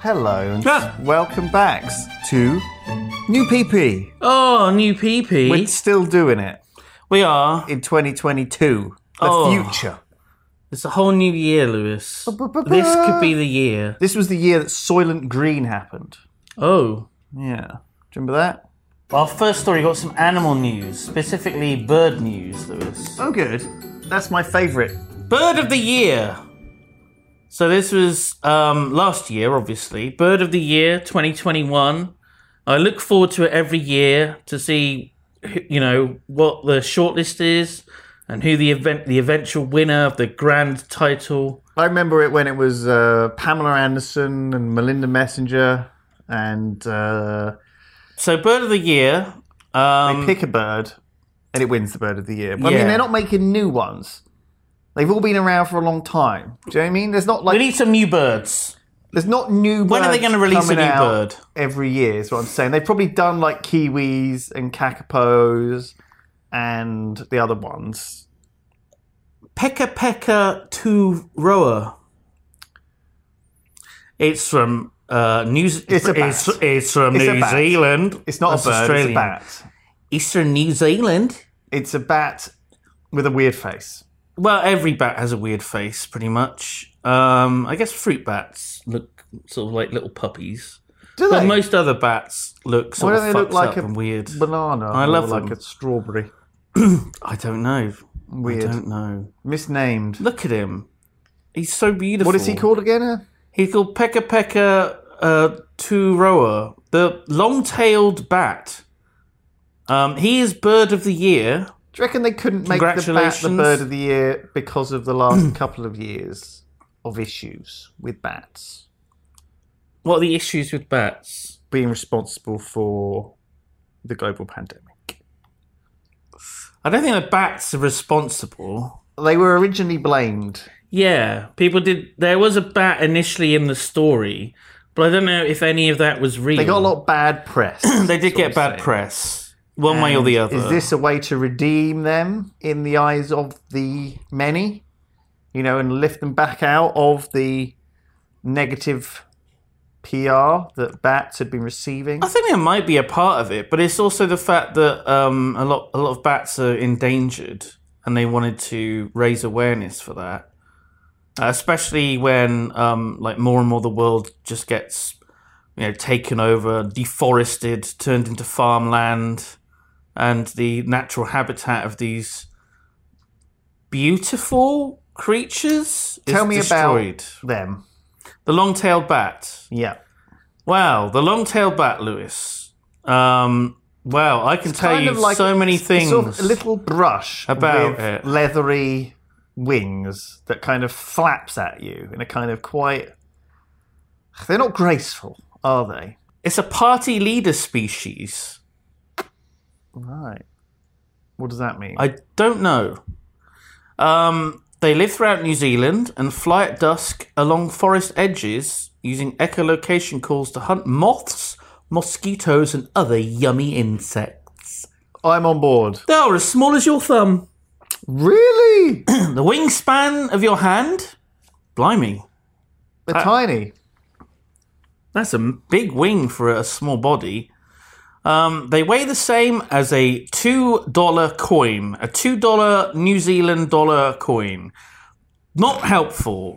Hello and Ah. welcome back to New PP. Oh, new PP. We're still doing it we are. in 2022, the Oh. future. It's a whole new year, Lewis. This could be the year. This was the year that Soylent Green happened. Oh. Yeah, do you remember that? Our first story got some animal news, specifically bird news, Lewis. Oh, good. That's my favourite. Bird of the year. So this was um, last year, obviously. Bird of the year 2021. I look forward to it every year to see, who- you know, what the shortlist is and who the event, the eventual winner of the grand title. I remember it when it was uh, Pamela Anderson and Melinda Messenger and uh, So bird of the year. Um, pick a bird and it wins the bird of the year. But I mean, Yeah. they're not making new ones. They've all been around for a long time. Do you know what I mean? There's not like we need some new birds. There's not new. When are they birds gonna release a coming new out bird? Every year is what I'm saying. They've probably done like kiwis and kakapos and the other ones. Pekka Pekka Tu Roa. It's from uh, New Ze- It's a bat. It's, it's from It's a New bat. Zealand. It's not That's a bird. Australian. It's a bat. Eastern New Zealand. It's a bat with a weird face. Well, every bat has a weird face, pretty much. Um, I guess fruit bats look sort of like little puppies, Do but they? most other bats look Why sort don't of they look fucked like up a and weird. banana? I love or them. like a strawberry. I don't know. Weird. I don't know. Misnamed. Look at him. He's so beautiful. What is he called again? He's called Pekka Pekka uh, Turoa, the long-tailed bat. Um, he is Bird of the Year. Do you reckon they couldn't make the bat the Congratulations. bird of the year because of the last couple of years of issues with bats? What are the issues with bats? being responsible for the global pandemic. I don't think the bats are responsible. They were originally blamed. Yeah, people did. There was a bat initially in the story, but I don't know if any of that was real. They got a lot of bad press. They is did get what I'm bad saying. press, one way or the And other. Is this a way to redeem them in the eyes of the many? You know, and lift them back out of the negative PR that bats had been receiving? I think there might be a part of it, but it's also the fact that um, a lot a lot of bats are endangered, and they wanted to raise awareness for that, uh, especially when um, like more and more the world just gets you know taken over, deforested, turned into farmland, and the natural habitat of these beautiful creatures is Tell me destroyed. about them. the long-tailed bat. Yeah. Wow, the long tailed bat, Lewis. Um, wow, I can tell you so many it's- it's things. Sort of a little brush about with it. leathery wings that kind of flaps at you in a kind of quite. They're not graceful, are they? It's a party leader species. Right. What does that mean? I don't know. Um, they live throughout New Zealand and fly at dusk along forest edges using echolocation calls to hunt moths, mosquitoes, and other yummy insects. I'm on board. They are as small as your thumb. Really? They're The wingspan of your hand? Blimey. tiny. That's a m- big wing for a small body. Um, they weigh the same as a $2 coin, a $2 New Zealand dollar coin. Not helpful.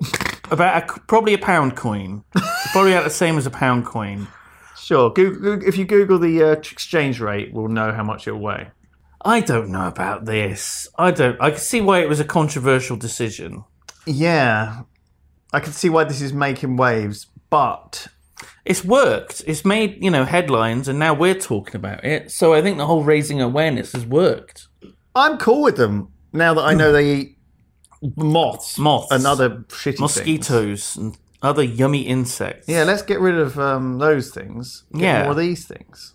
about a, probably a pound coin, probably about the same as a pound coin. Sure. Google, if you Google the uh, exchange rate, we'll know how much it'll weigh. I don't know about this. I don't. I can see why it was a controversial decision. Yeah. I can see why this is making waves, but It's worked. It's made you know headlines, and now we're talking about it. So I think the whole raising awareness has worked. I'm cool with them now that I know they eat moths. Moths. Another shitty thing. Mosquitoes and other yummy insects. Yeah, let's get rid of um, those things. Get Yeah. More of these things.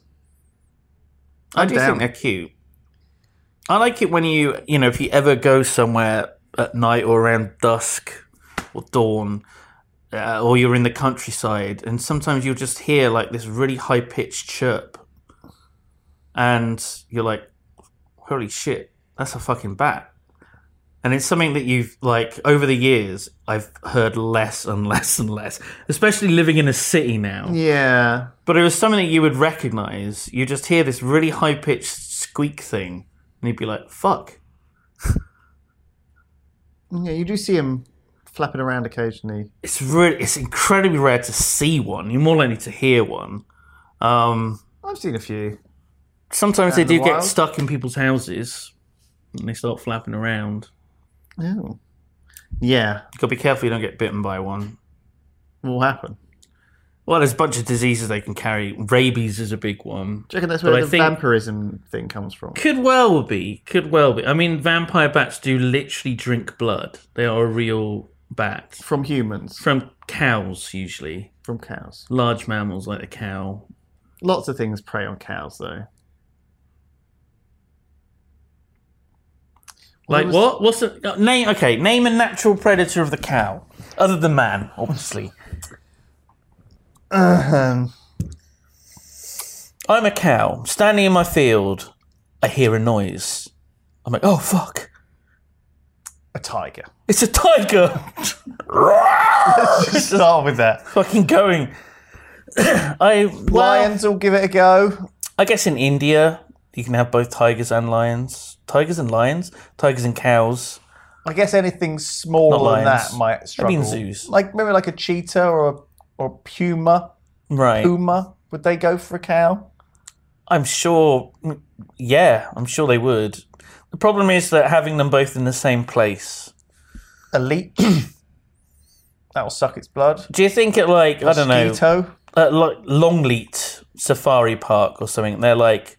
I do down. think they're cute. I like it when you, you know, if you ever go somewhere at night or around dusk or dawn, uh, or you're in the countryside, and sometimes you'll just hear like this really high pitched chirp, and you're like, "Holy shit, that's a fucking bat." And it's something that you've like over the years I've heard less and less and less, especially living in a city now. Yeah. But it was something that you would recognize. You just hear this really high pitched squeak thing, and you'd be like, fuck. Yeah, you do see them flapping around occasionally. It's really, it's incredibly rare to see one. You're more likely to hear one. Um, I've seen a few. sometimes Out they in the do get wild? stuck in people's houses, and they start flapping around. Oh. Yeah. You gotta be careful you don't get bitten by one. Will happen. Well, there's a bunch of diseases they can carry. Rabies is a big one. Do you reckon that's But where I the think- vampirism thing comes from? Could well be. Could well be. I mean, vampire bats do literally drink blood. They are a real bat. From humans, From cows, usually. from cows. large mammals like a cow. Lots of things prey on cows, though. Like was- what? What's the uh, name? Okay, name a natural predator of the cow, other than man, obviously. Um, I'm a cow standing in my field. I hear a noise. I'm like, oh fuck! a tiger. It's a tiger. Just start with that. Fucking going. I well, Lions will give it a go. I guess in India you can have both tigers and lions. Tigers and lions. Tigers and cows. I guess anything smaller than lions. that might I struggle. mean zoos. Like maybe like a cheetah or a or a puma. Right. Puma. Would they go for a cow? I'm sure. Yeah, I'm sure they would. The problem is that having them both in the same place. A leech. That'll suck its blood. Do you think at like I don't know, Mosquito. at like Longleat Safari Park or something? They're like,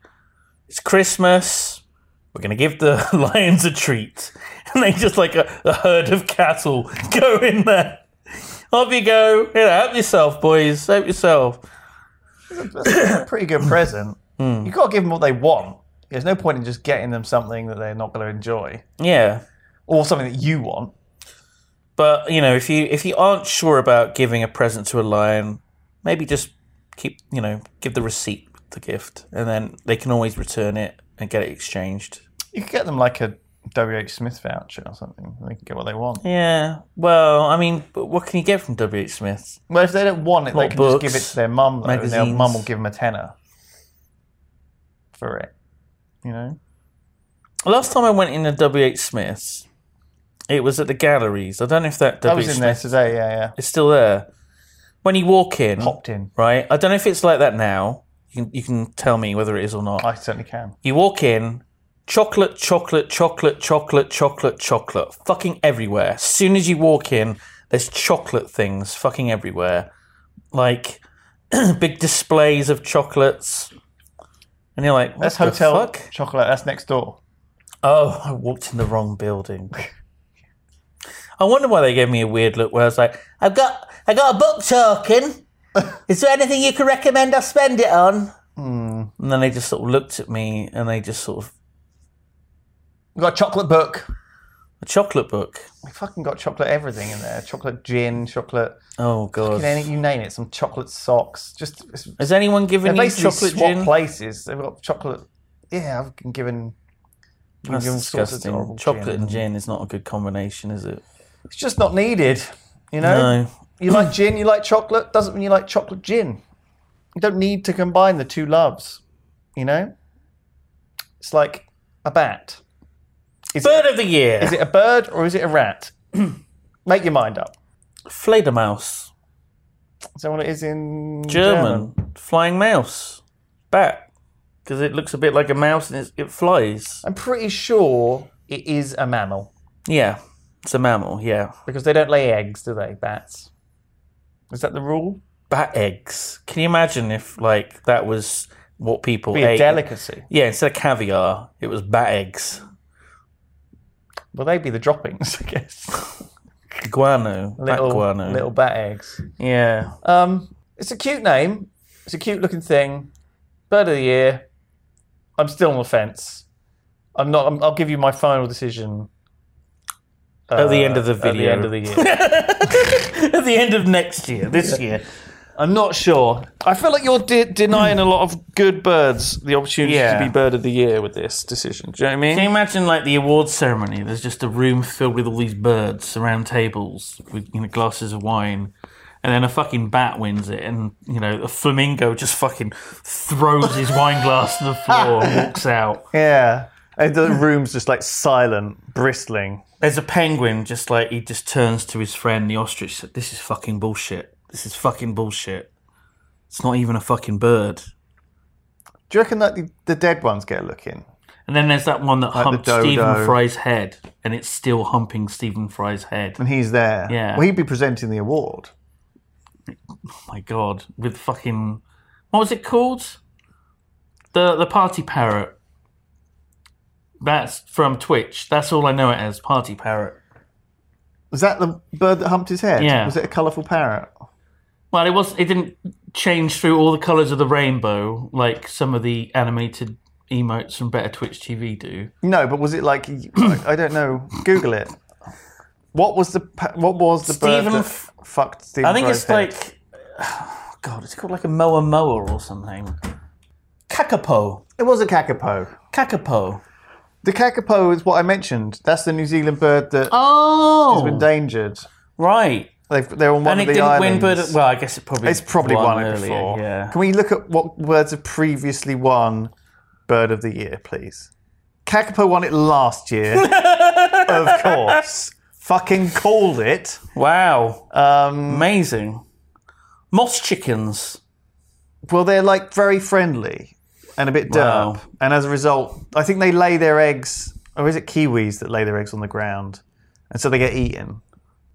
it's Christmas. We're gonna give the lions a treat, and they just like a, a herd of cattle go in there. Off you go. You know, help yourself, boys. Help yourself. That's a pretty good present. Hmm. You've got to give them what they want. There's no point in just getting them something that they're not going to enjoy Yeah. or something that you want. But you know, if you if you aren't sure about giving a present to a lion, maybe just keep you know give the receipt with the gift, and then they can always return it and get it exchanged. You could get them like a WH Smith voucher or something. They can get what they want. Yeah. Well, I mean, but what can you get from W. H. Smith? Well, if they don't want it, they Like can books, just give it to their mum, though, and their magazines. mum will give them a tenner for it. You know? Last time I went in a W. H. Smith's, it was at the galleries. I don't know if that I W. H. was in there Smith today, yeah, yeah. is still there. When you walk in, Popped in. right? I don't know if it's like that now. You can, you can tell me whether it is or not. I certainly can. You walk in, chocolate, chocolate, chocolate, chocolate, chocolate, chocolate, fucking everywhere. As soon as you walk in, there's chocolate things fucking everywhere. Like big displays of chocolates. And you're like, what That's the hotel fuck? chocolate. That's next door. Oh, I walked in the wrong building. I wonder why they gave me a weird look where I was like, I've got I got a book token. Is there anything you can recommend I spend it on? Hmm. And then they just sort of looked at me and they just sort of We've got a chocolate book. A chocolate book. We fucking got chocolate everything in there. Chocolate gin, chocolate. Oh god. You, know, you name it. Some chocolate socks. Just it's, Has anyone they given you basically chocolate swap gin? places. They've got chocolate. Yeah, I've been given. been That's given sorts of disgusting. horrible Chocolate gin. and gin is not a good combination, is it? It's just not needed. You know. No. You like gin, you like chocolate. Doesn't mean you like chocolate gin. You don't need to combine the two loves. You know. It's like a bat. Bird of the year. Is it a bird or is it a rat? Make your mind up. Fledermaus. Is that what it is in German. Flying mouse. Bat. Because it looks a bit like a mouse and it's, it flies. I'm pretty sure it is a mammal Yeah. It's a mammal, yeah. because they don't lay eggs, do they? Bats. Is that the rule? Bat eggs. Can you imagine if, like, that was what people Be ate? a delicacy. Yeah, instead of caviar, it was bat eggs. Well, they'd be the droppings, I guess. Guano. bat little guano. little bat eggs. Yeah. Um, it's a cute name. It's a cute looking thing. Bird of the year. I'm still on the fence. I'm not. I'm, I'll give you my final decision uh, At the end of the uh, at the video. end of the year. At the end of next year, this year. I'm not sure. I feel like you're de- denying a lot of good birds the opportunity Yeah. to be bird of the year with this decision. Do you know what I Can mean? you imagine like the awards ceremony? There's just a room filled with all these birds around tables with you know, glasses of wine, and then a fucking bat wins it, and you know a flamingo just fucking throws his wine glass to the floor, and walks out. Yeah. And the room's just like silent, bristling. There's a penguin just like he just turns to his friend the ostrich. Said, this is fucking bullshit. This is fucking bullshit. It's not even a fucking bird. Do you reckon that the, the dead ones get a look in? And then there's that one that the humped Stephen dodo. Fry's head, and it's still humping Stephen Fry's head. and he's there. Yeah. Well, he'd be presenting the award. my god, with fucking what was it called? The the party parrot. That's from Twitch. That's all I know it as party parrot. Was that the bird that humped his head? Yeah. Was it a colourful parrot? Well, it was. It didn't change through all the colours of the rainbow like some of the animated emotes from Better Twitch TV do. No, but was it like I don't know? Google it. What was the pa- what was the Stephen bird that F- fucked Stephen? I think Fry's it's head? like, God, it's called like a moa moa or something. Kakapo, it was a kakapo. kakapo. The kakapo is what I mentioned. That's the New Zealand bird that is Oh, endangered. right. They've, they're on one And it of the didn't win islands. bird. Well, I guess it probably it's probably won won, it earlier, before. Yeah. Can we look at what words have previously won bird of the year, please? Kakapo won it last year, of course. Fucking called it. Wow. Um, Amazing. Moss chickens. Well, they're like very friendly and a bit Wow. derp. And as a result, I think they lay their eggs, or is it kiwis that lay their eggs on the ground? And so they get eaten.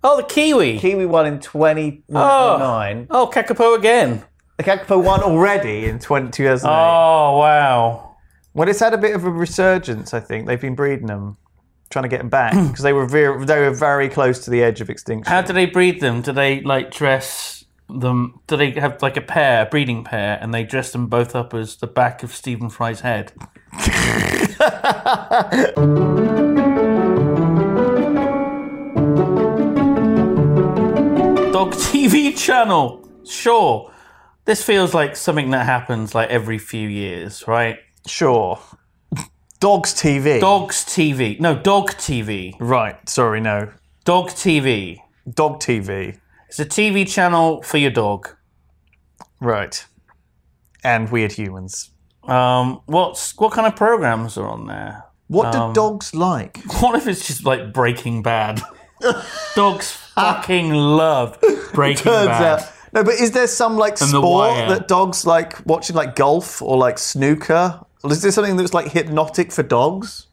Oh, the kiwi. Kiwi won in 2009. oh, kakapo again. The kakapo won already in 20, 2008. Oh, wow. Well, it's had a bit of a resurgence, I think. They've been breeding them, trying to get them back because they, were ver- they were very close to the edge of extinction. How do they breed them? Do they like dress them? Do they have like a pair, a breeding pair, and they dress them both up as the back of Stephen Fry's head? Dog TV channel. Sure. This feels like something that happens like every few years, right? Sure. Dogs TV. Dogs TV. No, Dog TV. right. Sorry, no. Dog TV. Dog TV. It's a TV channel for your dog. Right. And weird humans. Um, what's what kind of programs are on there? What do dogs like? What if it's just like Breaking Bad? Dogs fucking love Breaking Turns Bad. out. No, but is there some like And The Wire. sport that dogs like watching, like golf or like snooker? Or is there something that's like hypnotic for dogs?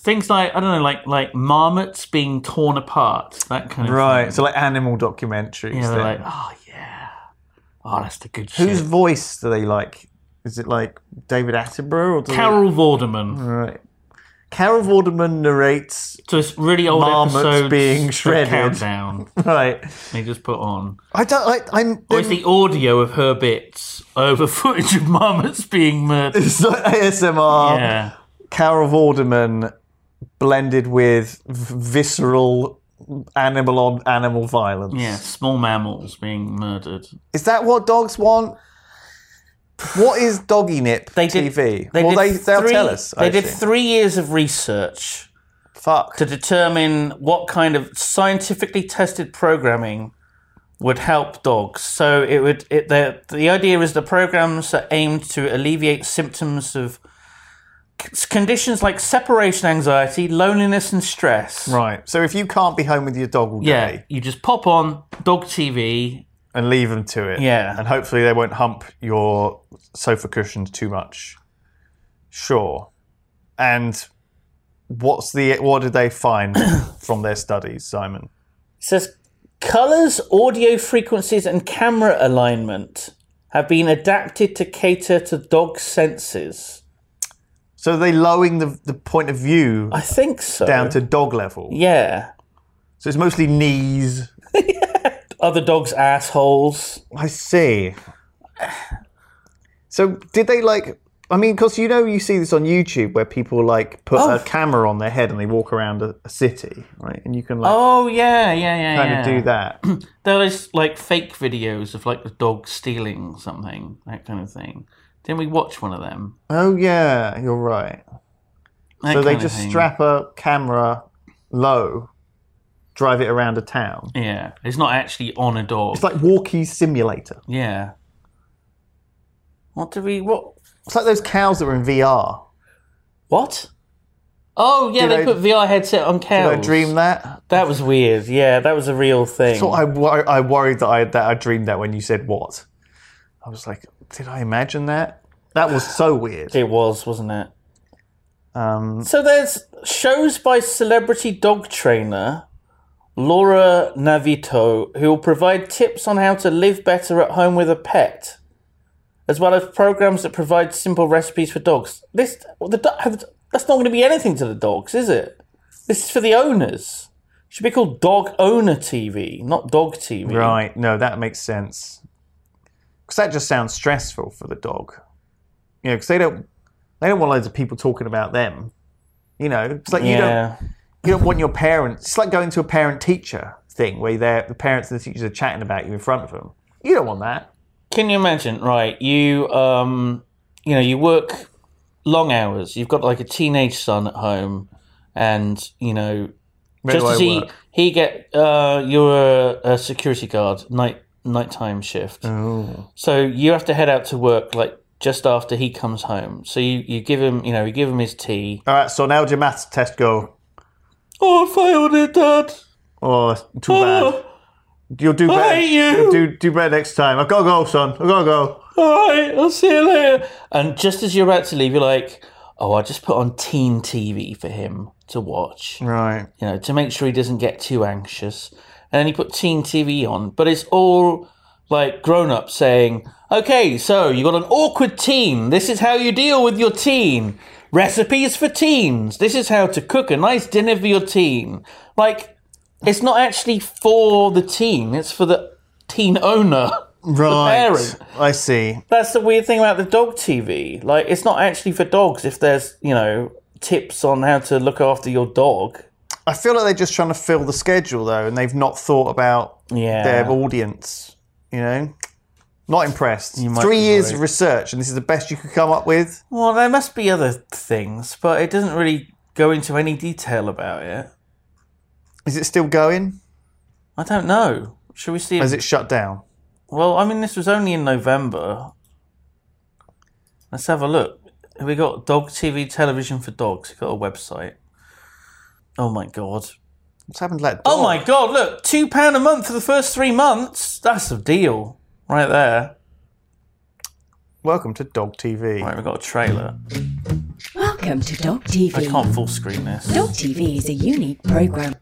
Things like I don't know, like like marmots being torn apart, that kind of Right. So like animal documentaries. Thing. You know, they're then. like, oh yeah, oh that's the good Whose shit. voice do they like? Is it like David Attenborough? Or do they- Carol Vorderman. Right. Carol Vorderman narrates. So it's really old Marmots episodes being of shredded. Countdown. Right. They just put on. I don't. I, I'm. Or is the audio of her bits over footage of marmots being murdered? It's like ASMR. Yeah. Carol Vorderman blended with v- visceral animal on animal violence. Yeah, small mammals being murdered. Is that what dogs want? What is doggy nip They did, TV? well, they, they'll three- tell us. They I did assume. three years of research Fuck. to determine what kind of scientifically tested programming would help dogs. So it would. It, the the idea is the programs are aimed to alleviate symptoms of c- conditions like separation anxiety, loneliness, and stress. Right. So if you can't be home with your dog all day Yeah, you just pop on dog TV. and leave them to it, Yeah. and hopefully they won't hump your sofa cushions too much. Sure. And what's the what did they find from their studies, Simon? It says colors, audio frequencies, and camera alignment have been adapted to cater to dog senses. So are they lowering the, the point of view I think so. down to dog level. yeah, So it's mostly knees. other dogs' assholes. I see. So did they like? I mean, because you know you see this on YouTube where people like put Oh. a camera on their head and they walk around a, a city, right? And you can like Oh yeah, yeah, yeah. kind yeah. of do that. There is like fake videos of like the dog stealing something, that kind of thing. Didn't we watch one of them? oh yeah, you're right. That so they kind of just thing. strap a camera low, drive it around a town. Yeah, it's not actually on a dog. It's like walkie simulator. yeah. What do we what? It's like those cows that were in VR. What? Oh yeah, Did they I- put VR headset on Did cows. I dream that? That was weird. Yeah, that was a real thing. So I, wor- I worried that I that I dreamed that when you said what, I was like, did I imagine that? That was so weird. It was, wasn't it? Um, So there's shows by celebrity dog trainer Laura Navito, who will provide tips on how to live better at home with a pet, as well as programs that provide simple recipes for dogs. This the do- have- that's not going to be anything to the dogs, is it? This is for the owners. Should be called Dog Owner TV, not Dog TV. right, no, that makes sense. Because that just sounds stressful for the dog. You know, because they don't they don't want loads of people talking about them. You know, it's like you don't Yeah. you don't want your parents. It's like going to a parent teacher thing where they're, the parents and the teachers are chatting about you in front of them. You don't want that. Can you imagine? Right, you um, you know, you work long hours. You've got like a teenage son at home, and you know, Where just do as I he work? he get uh, you're a, a security guard night nighttime shift. Oh. So you have to head out to work like just after he comes home. So you, you give him you know you give him his tea. All right, so now your maths test go. Oh, I failed it, Dad. Oh, too bad. Oh, You'll do better. hate you. will do do better next time. I've got to go, son. I've got to go. all right, I'll see you later. And just as you're about to leave, you're like, oh, I just put on teen TV for him to watch. Right. you know, to make sure he doesn't get too anxious. And then he put teen TV on, but it's all like grown up saying, okay, so you got an awkward teen. This is how you deal with your teen. Recipes for teens. This is how to cook a nice dinner for your teen. Like, it's not actually for the teen, it's for the teen owner. Right. parent. I see. That's the weird thing about the dog TV. Like, it's not actually for dogs if there's, you know, tips on how to look after your dog. I feel like they're just trying to fill the schedule though, and they've not thought about Yeah. their audience. You know, not impressed. might Three be years right. of research, and this is the best you could come up with. Well, there must be other things, but it doesn't really go into any detail about it. Is it still going? I don't know. Should we see? Or If, is it shut down? well, I mean, this was only in November. Let's have a look. Have We got Dog TV Television for Dogs. We've got a website. Oh my god. What's happened to that? Oh dog? my god! Look, two pound a month for the first three months. That's a deal, right there. Welcome to Dog TV. Right, we've got a trailer. Welcome to Dog I TV. can't full screen this. Dog TV is a unique program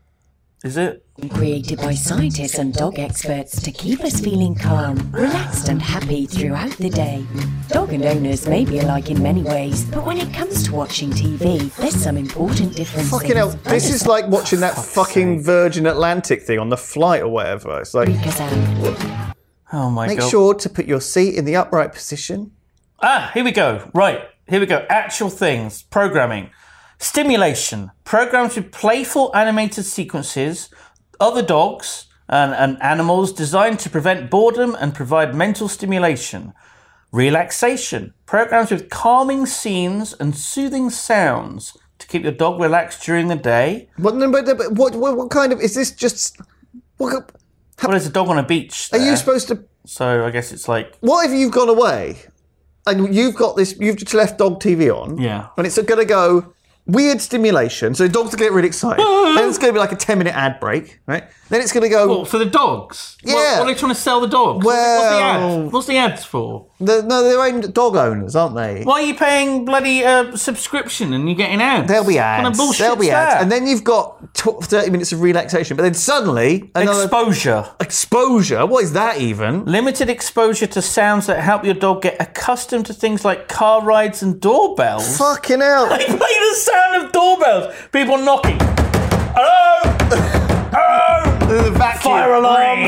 Is it? created by scientists and dog experts to keep us feeling calm, relaxed, and happy throughout the day. Dog and owners may be alike in many ways, but when it comes to watching TV, there's some important differences. Fucking hell! This is like watching that fucking Virgin Atlantic thing on the flight or whatever. It's like, Because, um, Oh my make god. sure to put your seat in the upright position. Ah, here we go. Right, here we go. Actual things, programming, stimulation, programs with playful animated sequences, other dogs and, and animals designed to prevent boredom and provide mental stimulation, relaxation, programs with calming scenes and soothing sounds to keep your dog relaxed during the day. What, no, but, but what, what, what kind of is this? Just what, Well, there's a dog on a beach. are you there, supposed to? so I guess it's like What if you've gone away? and you've got this, you've just left dog TV on. Yeah. And it's going to go weird stimulation. So dogs get really excited. then it's going to be like a 10 minute ad break, right? Then it's going to go, Well, for the dogs. What- Yeah. What, are they trying to sell the dogs? what's the Well- ad? What's the ads for? the, no, they're aimed at dog owners, aren't they? Why are you paying bloody uh, subscription and you're getting ads? There'll be What ads. kind of bullshit's There'll be that? ads. And then you've got tw 30 minutes of relaxation. But then suddenly, another exposure. exposure. What is that even? Limited exposure to sounds that help your dog get accustomed to things like car rides and doorbells. Fucking hell. They play the sound of doorbells. People knocking. Hello. Hello. The vacuum. Fire alarm.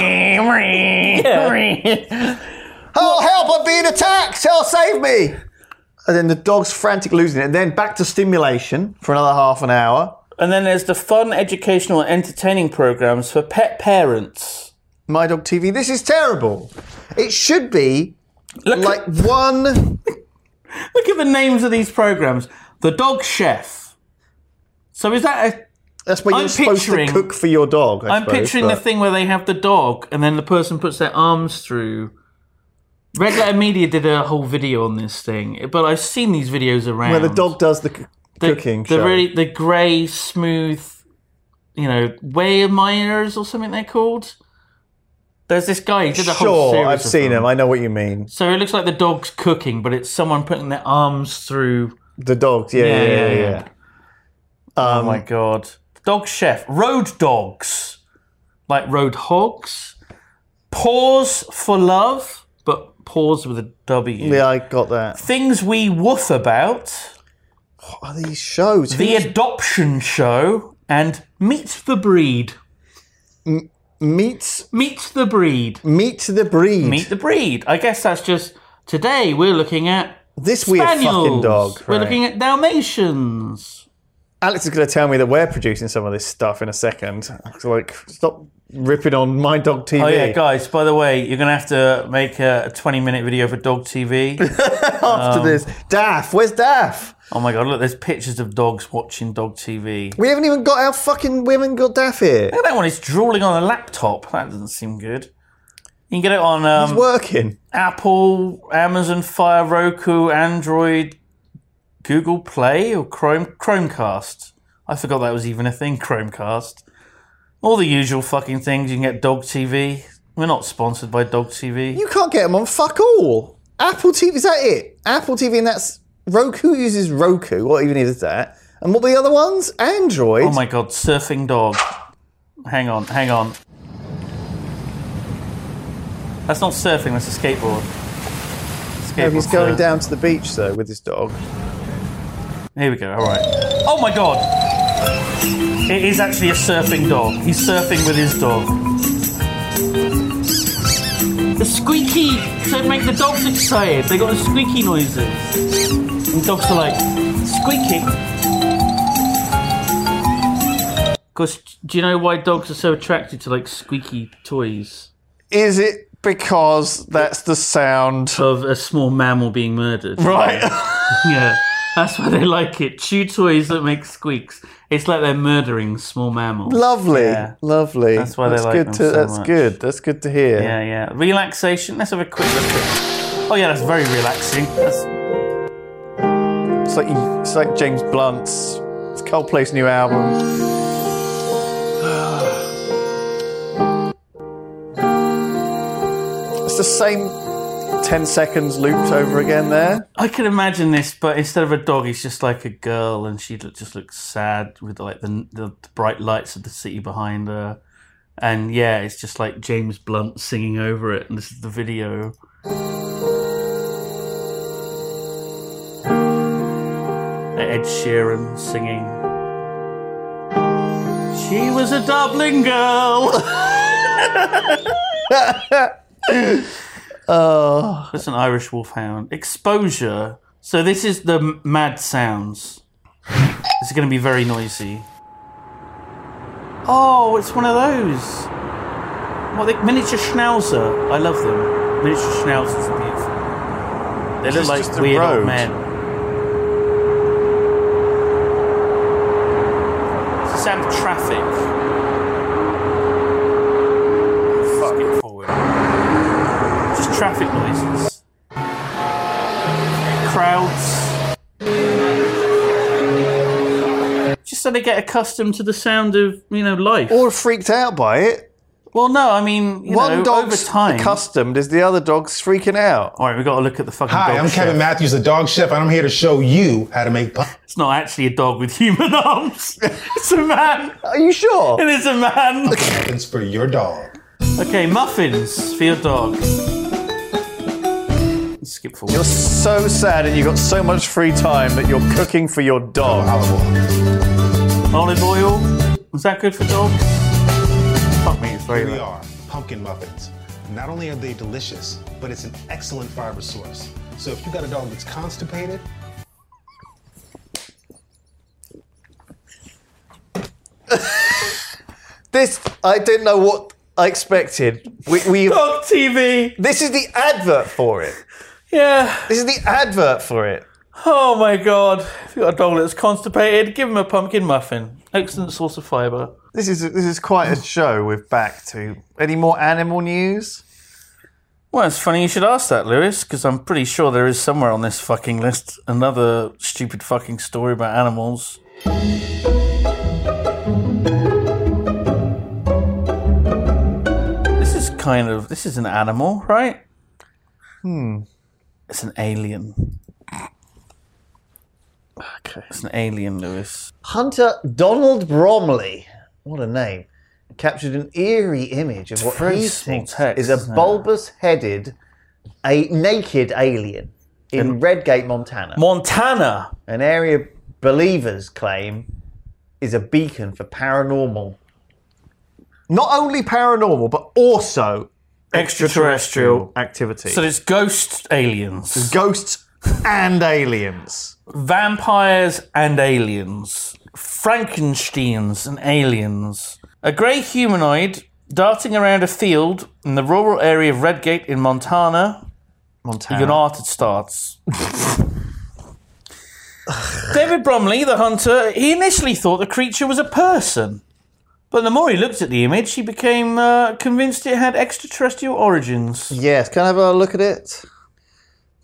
Oh, help, I'm being attacked. Oh, save me. And then the dog's frantic losing it. And then back to stimulation for another half an hour. And then there's the fun, educational, and entertaining programs for pet parents. My Dog TV. This is terrible. It should be Look, like one. look at the names of these programs. The Dog Chef. So is that a That's where you're I'm supposed picturing- to cook for your dog. I I'm suppose, picturing the but- thing where they have the dog and then the person puts their arms through. Red Letter Media did a whole video on this thing, but I've seen these videos around. where the dog does the c- the, cooking. the show. really the grey smooth, you know, Weyermeyers or something they're called. There's this guy. He did a whole sure, series I've of seen them. him. I know what you mean. So it looks like the dog's cooking, but it's someone putting their arms through. The dog. Yeah, yeah, yeah. yeah, oh my god! Dog chef, road dogs, like road hogs. Pause for love, but pause with a W. Yeah, I got that. Things we woof about. What are these shows? The adoption show and meet the breed. meets Meet the breed. meet the breed. Meet the breed. I guess that's just today we're looking at this weird spaniels. fucking dog. We're right. looking at Dalmatians. Alex is going to tell me that we're producing some of this stuff in a second. So, like, stop ripping on my dog TV. Oh yeah, guys. By the way, you're gonna have to make a 20 minute video for Dog TV. After Um, this, Daff, where's Daff? oh my god, look, there's pictures of dogs watching Dog TV. We haven't even got our fucking we haven't got Daff here. Look at that one. It's drooling on a laptop. That doesn't seem good. You can get it on It's um, working. Apple, Amazon Fire, Roku, Android, Google Play, or Chrome Chromecast. I forgot that was even a thing. Chromecast. All the usual fucking things. You can get Dog TV. We're not sponsored by Dog TV. You can't get them on fuck all. Apple TV is that it? Apple TV and that's Roku uses Roku. What even is that? And what were the other ones? Android. oh my god, surfing dog. Hang on, hang on. That's not surfing. That's a skateboard. No, Oh, he's Skateboard going surf. down to the beach though with his dog. Here we go. All right. Oh my god! It is actually a surfing dog. He's surfing with his dog. The squeaky. So it make the dogs excited. They got the squeaky noises. And dogs are like squeaky. Cause do you know why dogs are so attracted to like squeaky toys Is it because that's the sound? of a small mammal being murdered? Right. Yeah, that's why they like it. Chew toys that make squeaks. It's like they're murdering small mammals. lovely. Yeah. Lovely. That's why they like good them to, so That's much. good. That's good to hear. Yeah, yeah. Relaxation. Let's have a quick look. At... Oh yeah, that's very relaxing. That's It's like it's like James Blunt's it's Coldplay's new album. It's the same ten seconds looped over again there. I can imagine this, but instead of a dog, it's just like a girl, and she look, just looks sad with like the, the bright lights of the city behind her. And yeah, it's just like James Blunt singing over it, and this is the video. Ed Sheeran singing. She was a Dublin girl. That's an Irish wolfhound. Exposure. So this is the m- mad sounds. This is going to be very noisy. Oh, it's one of those. What the miniature schnauzer? I love them. Miniature schnauzers are beautiful. They Is look this like just a weird old road? men. It's the sound of traffic. Fucking forward. Just traffic noises. so they get accustomed to the sound of you know life. Or freaked out by it. well, no, I mean you One know, dog's over time. accustomed is the other dog's freaking out. All right, we got to look at the fucking. Hi, dog I'm shit. Kevin Matthews, the dog chef, and I'm here to show you how to make pie. It's not actually a dog with human arms. It's a man. Are you sure? It is a man. Happens for your dog. Okay, muffins for your dog. Skip forward. You're so sad and you've got so much free time that you're cooking for your dog. Olive oil. Olive oil. Was that good for dogs? Fuck me, it's very Here we low. are, pumpkin muffins. Not only are they delicious, but it's an excellent fiber source. So if you got a dog that's constipated, This, I didn't know what I expected. We, we Dog TV. This is the advert for it. Yeah. This is the advert for it. Oh my god. If you've got a dog that's constipated, give him a pumpkin muffin. Excellent source of fibre. This is this is quite a show we're back to. Any more animal news? Well, it's funny you should ask that, Lewis, because I'm pretty sure there is somewhere on this fucking list another stupid fucking story about animals. This is kind of this is an animal, right? Hmm. It's an alien. Okay. It's an alien, Lewis. Hunter Donald Bromley. What a name. Captured an eerie image of what very he small thinks text, is a isn't it? bulbous-headed, a naked alien in Redgate, Montana. Montana. an area believers claim is a beacon for paranormal. Not only paranormal, but also Extraterrestrial. activity. So it's ghost aliens. ghosts and aliens. Vampires and aliens. Frankensteins and aliens. A grey humanoid darting around a field in the rural area of Redgate in Montana. Montana. United starts. David Bromley, the hunter, he initially thought the creature was a person. But the more he looked at the image, he became uh, convinced it had extraterrestrial origins. Yes, can I have a look at it?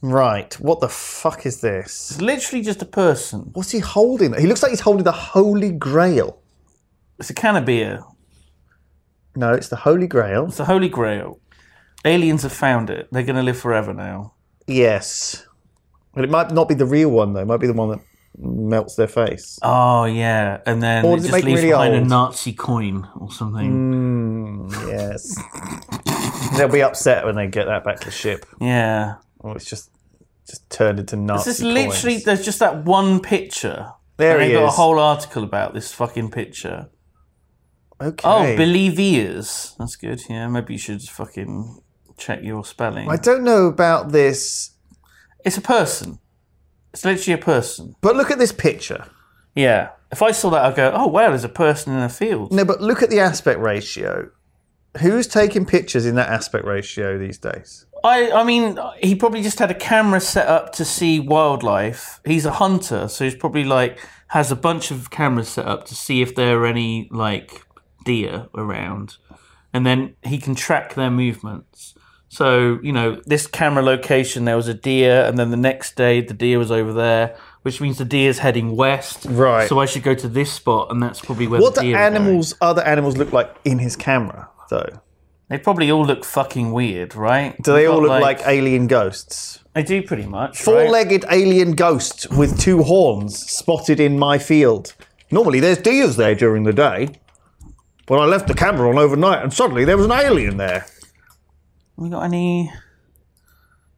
Right, what the fuck is this? It's literally just a person. What's he holding? He looks like he's holding the Holy Grail. It's a can of beer. No, it's the Holy Grail. It's the Holy Grail. Aliens have found it. They're going to live forever now. Yes. But it might not be the real one, though. It might be the one that melts their face. Oh yeah, and then Or it does it just make leaves really behind a old? Mm. Nazi coin or something. Yes. They'll be upset when they get that back to ship. Yeah, Oh, it's just just turned into Nazi this is literally coins. there's just that one picture. There and he they've got a is. whole article about this fucking picture. Okay. Oh, believers. That's good. Yeah, maybe you should fucking check your spelling. I don't know about this, It's a person. It's literally a person. but look at this picture. Yeah. If I saw that, I'd go, "Oh wow, there's a person in a field." No, but look at the aspect ratio. Who's taking pictures in that aspect ratio these days? I, I mean, he probably just had a camera set up to see wildlife. He's a hunter, so he's probably like has a bunch of cameras set up to see if there are any like deer around, and then he can track their movements. So you know, this camera location there was a deer, and then the next day the deer was over there, which means the deer's heading west. Right. So I should go to this spot, and that's probably where What the do deer are going. animals, other animals, look like in his camera though? They probably all look fucking weird, right? Do they They've all got, look like, alien ghosts? they do pretty much right? Four-legged alien ghost with two horns spotted in my field. Normally, there's deers there during the day, but I left the camera on overnight, and suddenly there was an alien there. We got any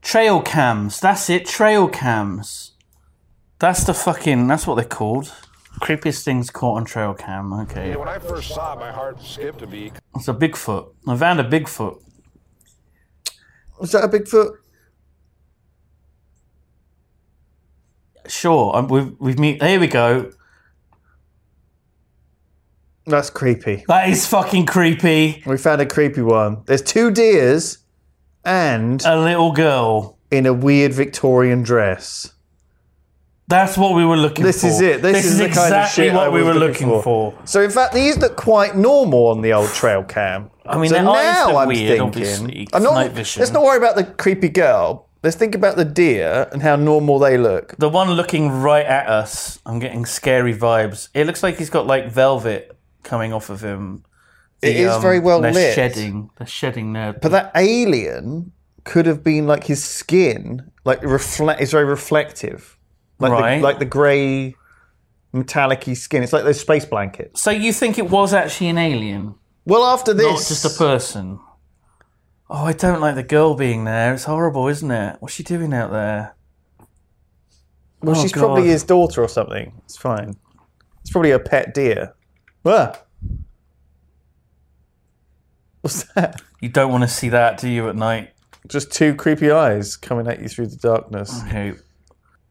trail cams? That's it, trail cams. That's the fucking. That's what they're called. Creepiest things caught on trail cam. Okay, When I first saw it, my heart skipped a beat. it's a Bigfoot. I found a Bigfoot. Was that a Bigfoot? Sure, um, we've we've meet. Here we go. That's creepy. That is fucking creepy. We found a creepy one. There's two deers, and A little girl. in a weird Victorian dress. That's what we were looking This for. is it. This is the kind of exactly shit what I we was were looking looking, for. for. So in fact, these look quite normal on the old trail cam. I mean, so their eyes now look I'm weird, thinking, obviously, 'cause I'm not. night vision. Let's not worry about the creepy girl Let's think about the deer and how normal they look. The one looking right at us, I'm getting scary vibes. It looks like he's got like velvet coming off of him. It The, is um, very well they're lit. Shedding, they're shedding their. But that alien could have been like his skin, like reflect. It's very reflective, like Right. the, like the grey, metallic-y skin. It's like those space blankets. so you think it was actually an alien, Well, after this, not just a person? Oh, I don't like the girl being there. It's horrible, isn't it? What's she doing out there? well, Oh, she's God. probably his daughter or something. It's fine. It's probably a pet deer. Ah. What's that? You don't want to see that, do you, at night? Just two creepy eyes coming at you through the darkness. Okay.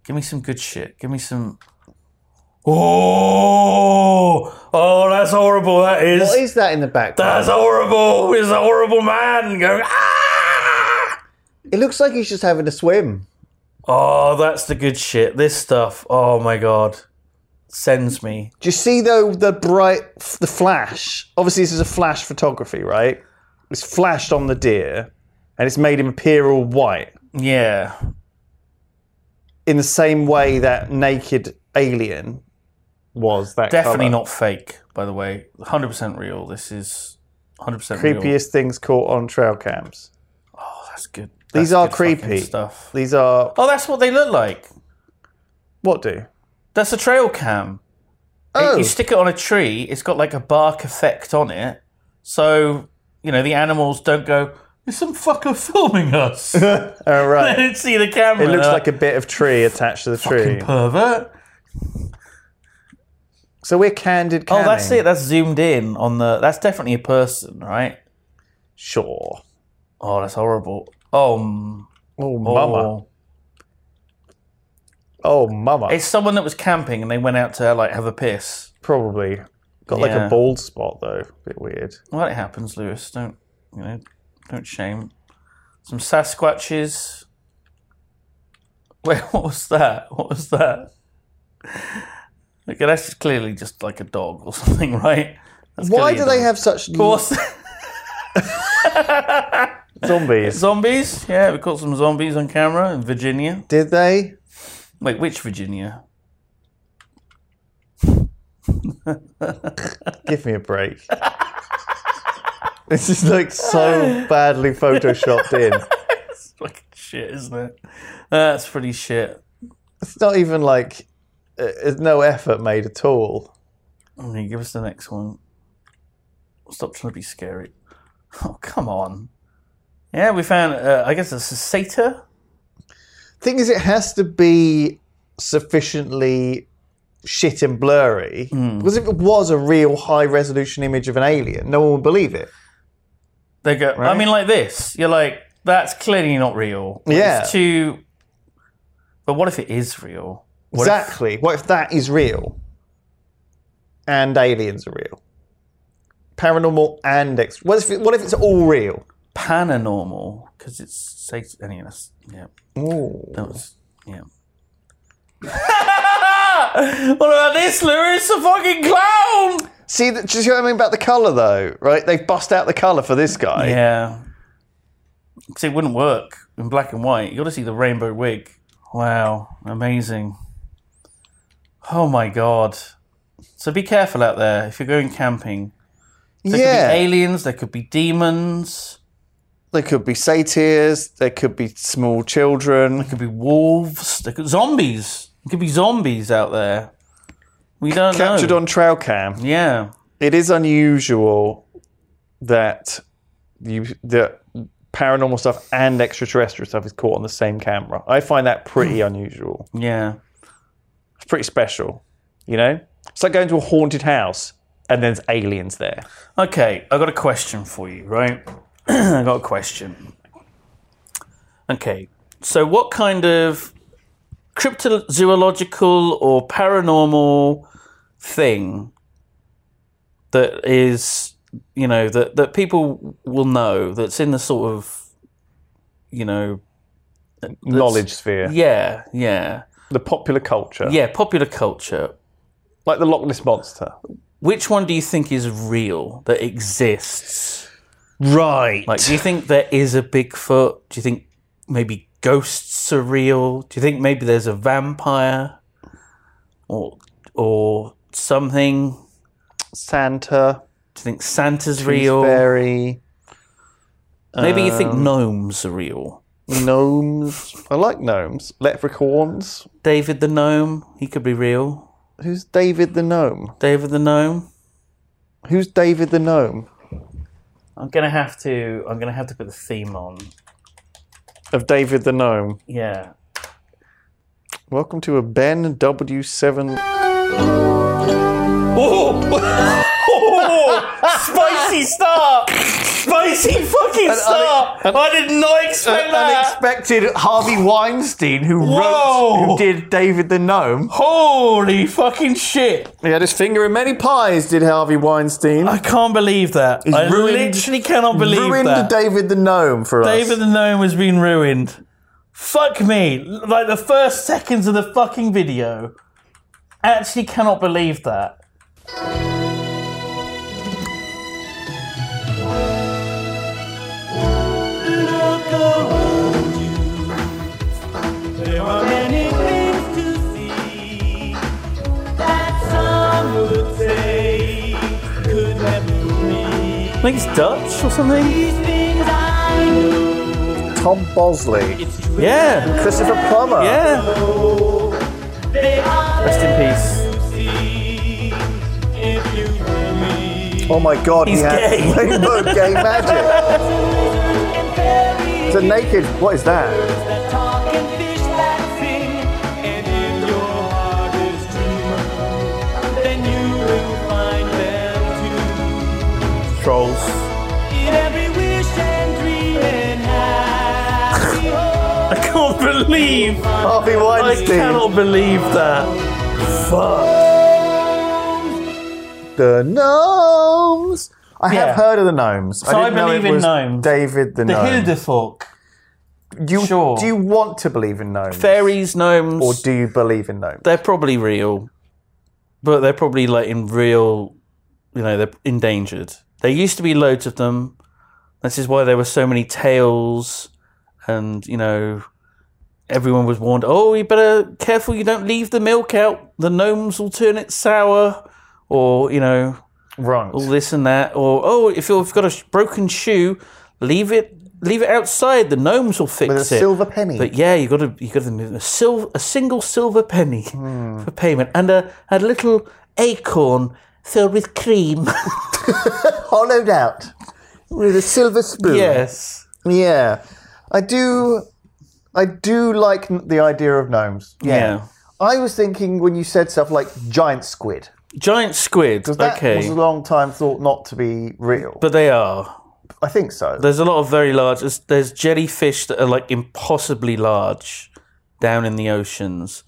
Give me some good shit. Give me some. Oh, oh, that's horrible. That is. What is that in the background? That's horrible. It's a horrible man going. Ah! It looks like he's just having a swim. Oh, that's the good shit. This stuff. Oh my god, sends me. Do you see though the bright, the flash? Obviously, this is a flash photography, right? It's flashed on the deer, and it's made him appear all white Yeah. in the same way that naked alien was. That Definitely colour. not fake, by the way. 100% real. This is 100% real. creepiest things caught on trail cams. Oh, that's good. These That's are good fucking creepy. stuff. These are Oh, that's what they look like. what do? That's a trail cam. Oh, You stick it on a tree, it's got like a bark effect on it. So, you know, the animals don't go, is some fucker filming us? they all Oh, right. didn't see the camera. It looks They're like a bit of tree attached to the tree. "Fucking pervert. So we're candid. Oh, Canning. that's it. That's zoomed in on the. That's definitely a person, right? Sure. Oh, that's horrible. Oh, mm, Oh, oh. mama. Oh, mama. It's someone that was camping and they went out to like have a piss. probably got like Yeah. a bald spot though. Bit weird. Well, it happens, Lewis. Don't you know? Don't shame. Some Sasquatches. Wait, what was that? What was that? Okay, that's just clearly just like a dog or something, right? That's Why clearly do a they dog. have such Of course, zombies? zombies. Yeah, we caught some zombies on camera in Virginia. Did they? Wait, which Virginia? Give me a break. this is like so badly photoshopped in. Fucking shit, isn't it? That's pretty shit. It's not even like uh, uh, no effort made at all. Okay, give us the next one. Stop trying to be scary. Oh, come on. Yeah, we found, uh, I guess, a satyr. Thing is, it has to be sufficiently shit and blurry Hmm. because if it was a real high resolution image of an alien, no one would believe it. They go, I mean, like this. You're like, that's clearly not real. Yeah. It's too. But what if it is real? What if- exactly. what if that is real? And aliens are real. Paranormal and ex. What if, it, what if it's all real? Paranormal, because it's sat Anyway, that's, yeah. Ooh. That was, yeah. what about this, Lewis? A fucking clown! See, th- do you see what I mean about the colour, though? Right? They've bust out the colour for this guy. Yeah. See, it wouldn't work in black and white. You got to see the rainbow wig. Wow, amazing. Oh my god. So be careful out there if you're going camping. There could Yeah. be aliens, there could be demons, There could be satyrs. There could be small children. there could be wolves, there could zombies. There could be zombies out there. We don't Captured know. on trail cam. yeah. It is unusual that you that paranormal stuff and extraterrestrial stuff is caught on the same camera. I find that pretty Hmm. unusual. Yeah. It's pretty special, you know? It's like going to a haunted house and there's aliens there. Okay, I got a question for you, right? I got a question. Okay, so what kind of cryptozoological or paranormal thing that is, you know, that, that people will know that's in the sort of, you know, Knowledge sphere. yeah, yeah, The popular culture. yeah, popular culture. Like the Loch Ness Monster. Which one do you think is real that exists? Right. Like, do you think there is a Bigfoot? Do you think maybe ghosts are real? Do you think maybe there's a vampire or or something? Do Santa. you think Santa's Real. real? Very Maybe you think gnomes are real. gnomes. I like gnomes. Leprechauns. David the gnome, he could be real. Who's David the gnome? David the gnome. Who's David the gnome I'm gonna have to. I'm gonna have to put the theme on. of David the gnome? Yeah. Welcome to a Ben W seven. Oh! Spicy start! Spicy fucking start! I did not expect that! Unexpected Harvey Weinstein who Whoa! wrote who did David the gnome. Holy fucking shit! He had his finger in many pies. Did Harvey Weinstein? I can't believe that. He's I ruined- literally cannot believe ruined that. David the gnome for us. David the Gnome has been ruined. Fuck me. Like the first seconds of the fucking video. Actually cannot believe that. I think it's Dutch or something? Tom Bosley, Yeah. Christopher Plummer. Yeah. Rest in peace. Oh my God, He's he had gay. rainbow gay magic. It's a naked. What is that? Trolls. I can't believe. Harvey I Weinstein. cannot believe that. Fuck. The gnomes. I Yeah. have heard of the gnomes. So I didn't know believe it in was gnomes. David the, Mm. The gnome. Hildefolk. do you, sure. Do you want to believe in gnomes? Fairies, gnomes. Or do you believe in gnomes? they're probably real, but they're probably like in real, you know, they're endangered. There used to be loads of them. This is why there were so many tales, and you know, everyone was warned. Oh, you better careful! You don't leave the milk out. The gnomes will turn it sour, or you know, Wrong. all this and that. Or oh, if you've got a sh- broken shoe, leave it leave it outside. The gnomes will fix With a it. silver penny. But yeah, you got to you got to move a sil- a single silver penny Hmm. for payment and a, a little acorn filled with cream. Hollowed out with a silver spoon. yes. Yeah, I do. I do like n- the idea of gnomes. Yeah. I was thinking when you said stuff like giant squid, Giant squid. 'cause that okay. was a long time thought not to be real. but they are. I think so. There's a lot of very large. There's, there's jellyfish that are like impossibly large down in the oceans.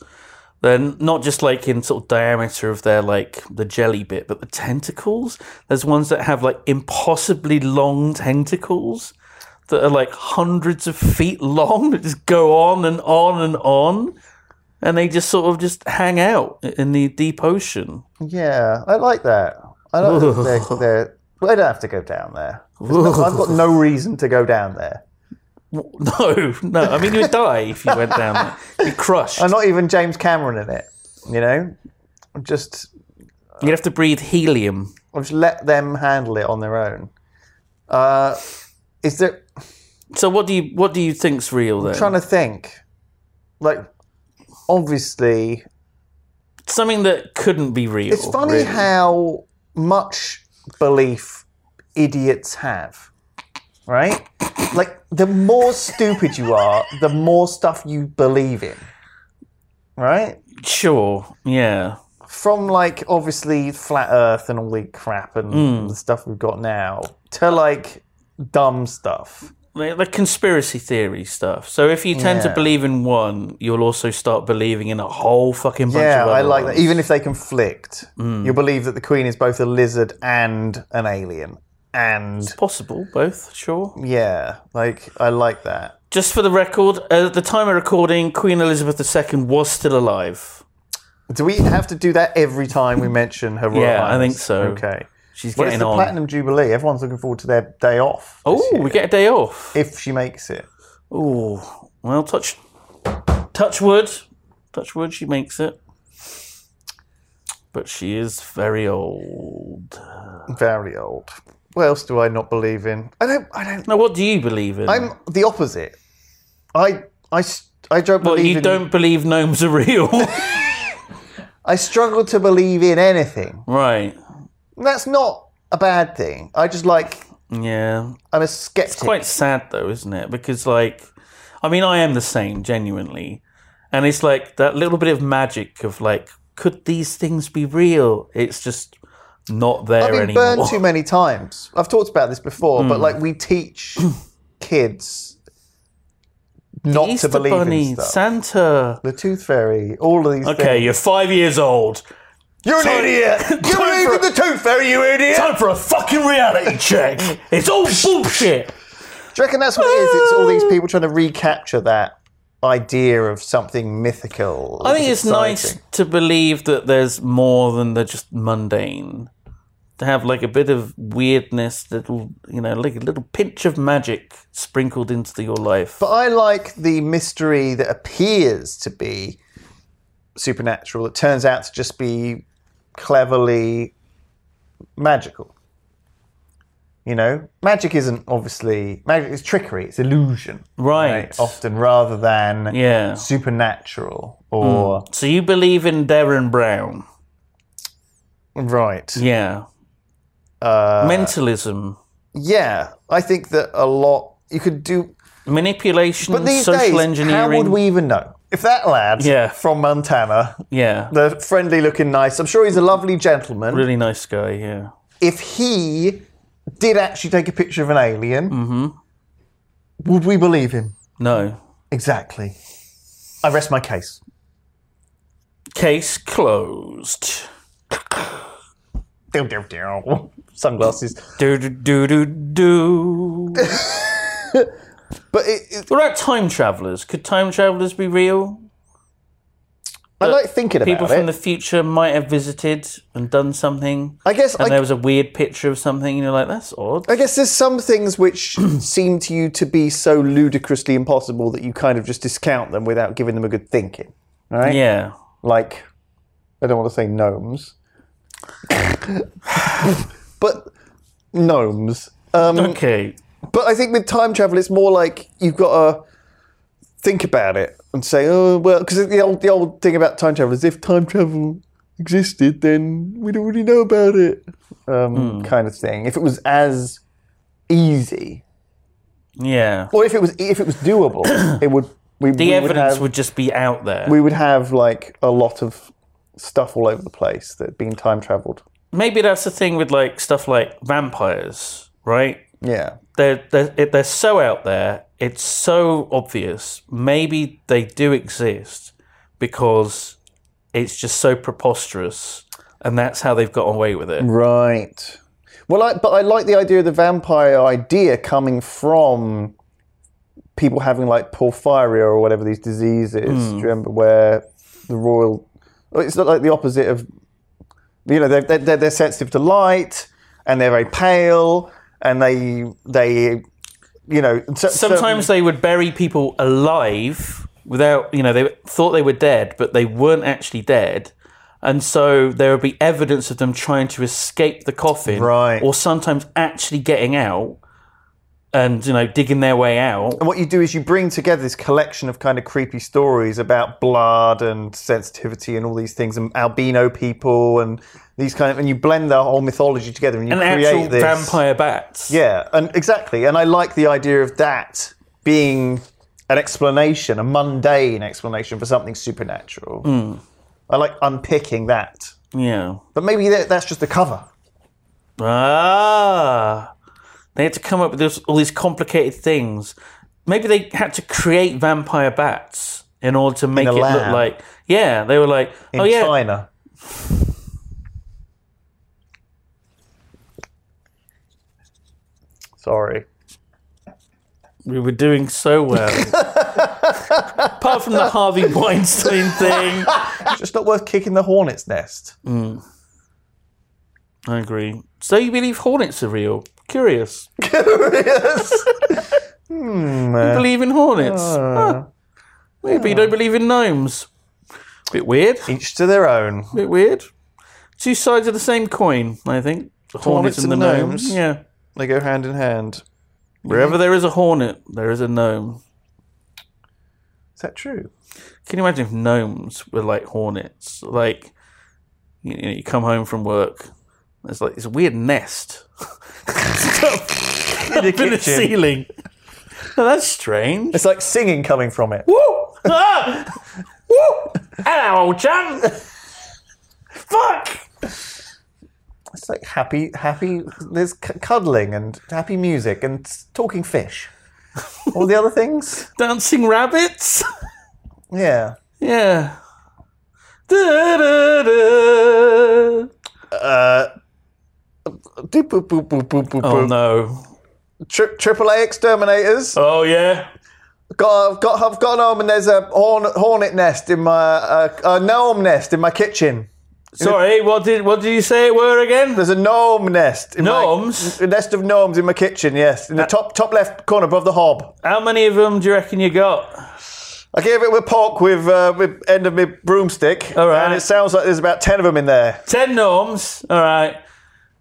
They're not just like in sort of diameter of their like the jelly bit, but the tentacles. There's ones that have like impossibly long tentacles that are like hundreds of feet long that just go on and on and on. And they just sort of just hang out in the deep ocean. yeah, I like that. I like that they're, they're, well, I don't have to go down there. There's no- I've got no reason to go down there. No, no. I mean, you'd die if you went down there. You'd be crushed. I'm not even James Cameron in it. You know, I'm just You'd have to breathe helium. I've just let them handle it on their own. Uh, is there? So what do you what do you think's real then? trying to think. Like, obviously, oh, Something that couldn't be real. it's funny really. how much belief idiots have, right? Like, the more stupid you are, the more stuff you believe in, right? Sure. Yeah. From like obviously flat Earth and all the crap and the stuff we've got now to like dumb stuff. Like, like conspiracy theory stuff. So if you tend Yeah. to believe in one, you'll also start believing in a whole fucking bunch Yeah, of other I like that. ones. Even if they conflict, Mm. you believe that the Queen is both a lizard and an alien. And possible, both, sure. Yeah, like I like that. Just for the record, at the time of recording, Queen Elizabeth II was still alive. Do we have to do that every time we mention her? Royal Yeah, I Highness? think so. Okay. She's Well, it's getting the on. platinum jubilee. Everyone's looking forward to their day off. this oh, year, we get a day off. if she makes it. Oh, Well, touch, touch wood, touch wood. She makes it, but she is very old. Very old. What else do I not believe in? I don't. I don't. Now, what do you believe in? I'm the opposite. I. I. s- I don't Well, believe you in. don't believe gnomes are real, I struggle to believe in anything. right? That's not a bad thing. I just like. Yeah, I'm a skeptic. it's quite sad though, isn't it? Because like, I mean, I am the same genuinely, and it's like that little bit of magic of like, could these things be real? It's just not there I've been anymore. Hmm. burned too many times. I've talked about this before, but like we teach kids not Easter to believe Bunny, in stuff. Santa. the tooth fairy, all of these Okay, things. you're five years old. You're an Time- idiot! You Time believe for- in the tooth fairy, you idiot! Time for a fucking reality check. It's all bullshit. Do you reckon that's what it is? It's all these people trying to recapture that idea of something mythical. I think it's nice exciting. to believe that there's more than the just mundane. To have like a bit of weirdness, little you know, like a little pinch of magic sprinkled into your life. But I like the mystery that appears to be supernatural that turns out to just be cleverly magical. You know, magic isn't obviously magic is trickery, it's illusion. right. Often rather than Yeah. supernatural or So you believe in Darren Brown? Mm. right. Yeah. Uh, Mentalism, Yeah, I think that a lot you could do manipulation, But these social days, engineering. how would we even know? If that lad Yeah. from Montana, Yeah. the friendly looking nice, I'm sure he's a lovely gentleman. Really nice guy. Yeah. If he did actually take a picture of an alien, Mm-hmm. would we believe him? No. Exactly. I rest my case. Case closed. Dew, dew, dew. Sunglasses. Do do do do do. But it, it, What about time travelers? Could time travelers be real? I like thinking People about from it. the future might have visited and done something, I guess and I, there was a weird picture of something, and you're like, "That's odd." I guess there's some things which seem to you to be so ludicrously impossible that you kind of just discount them without giving them a good thinking. Right? Yeah. like I don't want to say gnomes, but gnomes. Um, Okay. but I think with time travel, it's more like you've got to think about it and say, oh well, because the old the old thing about time travel is if time travel existed, then we'd already know about it, um, kind of thing. If it was as easy, Yeah. or if it was if it was doable, it would. We, The we evidence would, have- just be out there. we would have like a lot of stuff all over the place that had been time traveled. Maybe that's the thing with like stuff like vampires, right? Yeah. They're they're it- they're so out there. It's so obvious. Maybe they do exist because it's just so preposterous, and that's how they've got away with it. Right. Well, I, but I like the idea of the vampire idea coming from people having like porphyria or whatever these diseases. Do you remember where the royal? well, It's not like the opposite of, you know, they're, they're, they're sensitive to light and they're very pale and they they, you know, so- so- Sometimes they would bury people alive without, you know, they thought they were dead, but they weren't actually dead. And so there would be evidence of them trying to escape the coffin. Right. Or sometimes actually getting out and, you know, digging their way out. And what you do is you bring together this collection of kind of creepy stories about blood and sensitivity and all these things and albino people and these kind of and you blend the whole mythology together and you And create actual this vampire bats. Yeah, and exactly. And I like the idea of that being an explanation, a mundane explanation for something supernatural. Hmm. I like unpicking that. Yeah. But maybe that, that's just the cover. Ah. They had to come up with this, all these complicated things. Maybe they had to create vampire bats in order to make a it look lab. like. Yeah, they were like, in oh yeah, China. Sorry. We were doing so well. Apart from the Harvey Weinstein thing. It's just not worth kicking the hornet's nest. I agree. So you believe hornets are real? Curious. Yes. You man. believe in hornets? Huh. Maybe you don't believe in gnomes. Bit weird. Each to their own. Bit weird. Two sides of the same coin, I think. The Hornets and gnomes? Yeah. They go hand in hand. Wherever there is a hornet, there is a gnome. Is that true? Can you imagine if gnomes were like hornets? Like, you know, you come home from work, there's like this weird nest up, up in the kitchen. ceiling. Now, that's strange. It's like singing coming from it. Woo! Ah! Woo! Hello, old chum. Fuck! It's like happy, happy. There's c- cuddling and happy music and talking fish. All the other things. Dancing rabbits? Yeah. Yeah. Da-da-da. Doop, boop, boop, boop, boop, boop, Oh boop. no. Tri- triple A exterminators. Oh yeah. Got, I've got, I've gone home and there's a horn, hornet nest in my, uh, a gnome nest in my kitchen. Sorry, what did what did you say it were again? There's a gnome nest. In my- Gnomes? Uh, a nest of gnomes in my kitchen. Yes, in the top, top left corner above the hob. How many of them do you reckon you got? I gave it with pork with, uh, with end of my broomstick. All right. And it sounds like there's about ten of them in there. Ten gnomes. All right.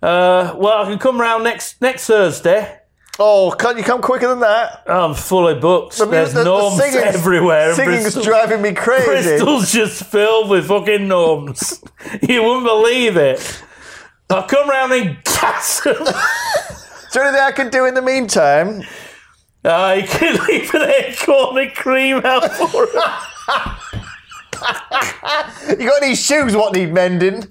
Uh, well, I can come round next next Thursday. Oh, can't you come quicker than that? I'm full of books. The mu- There's the- the gnomes singing's- everywhere. in Singing's Bristol. driving me crazy. Bristol's just filled with fucking gnomes. you wouldn't believe it. I'll come round and gas 'em. Is there anything I can do in the meantime? Uh, you could leave an acorn and cream out for him. You got any shoes what need mending?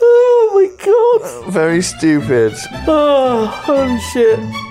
Oh my god. Very stupid. Oh, oh shit.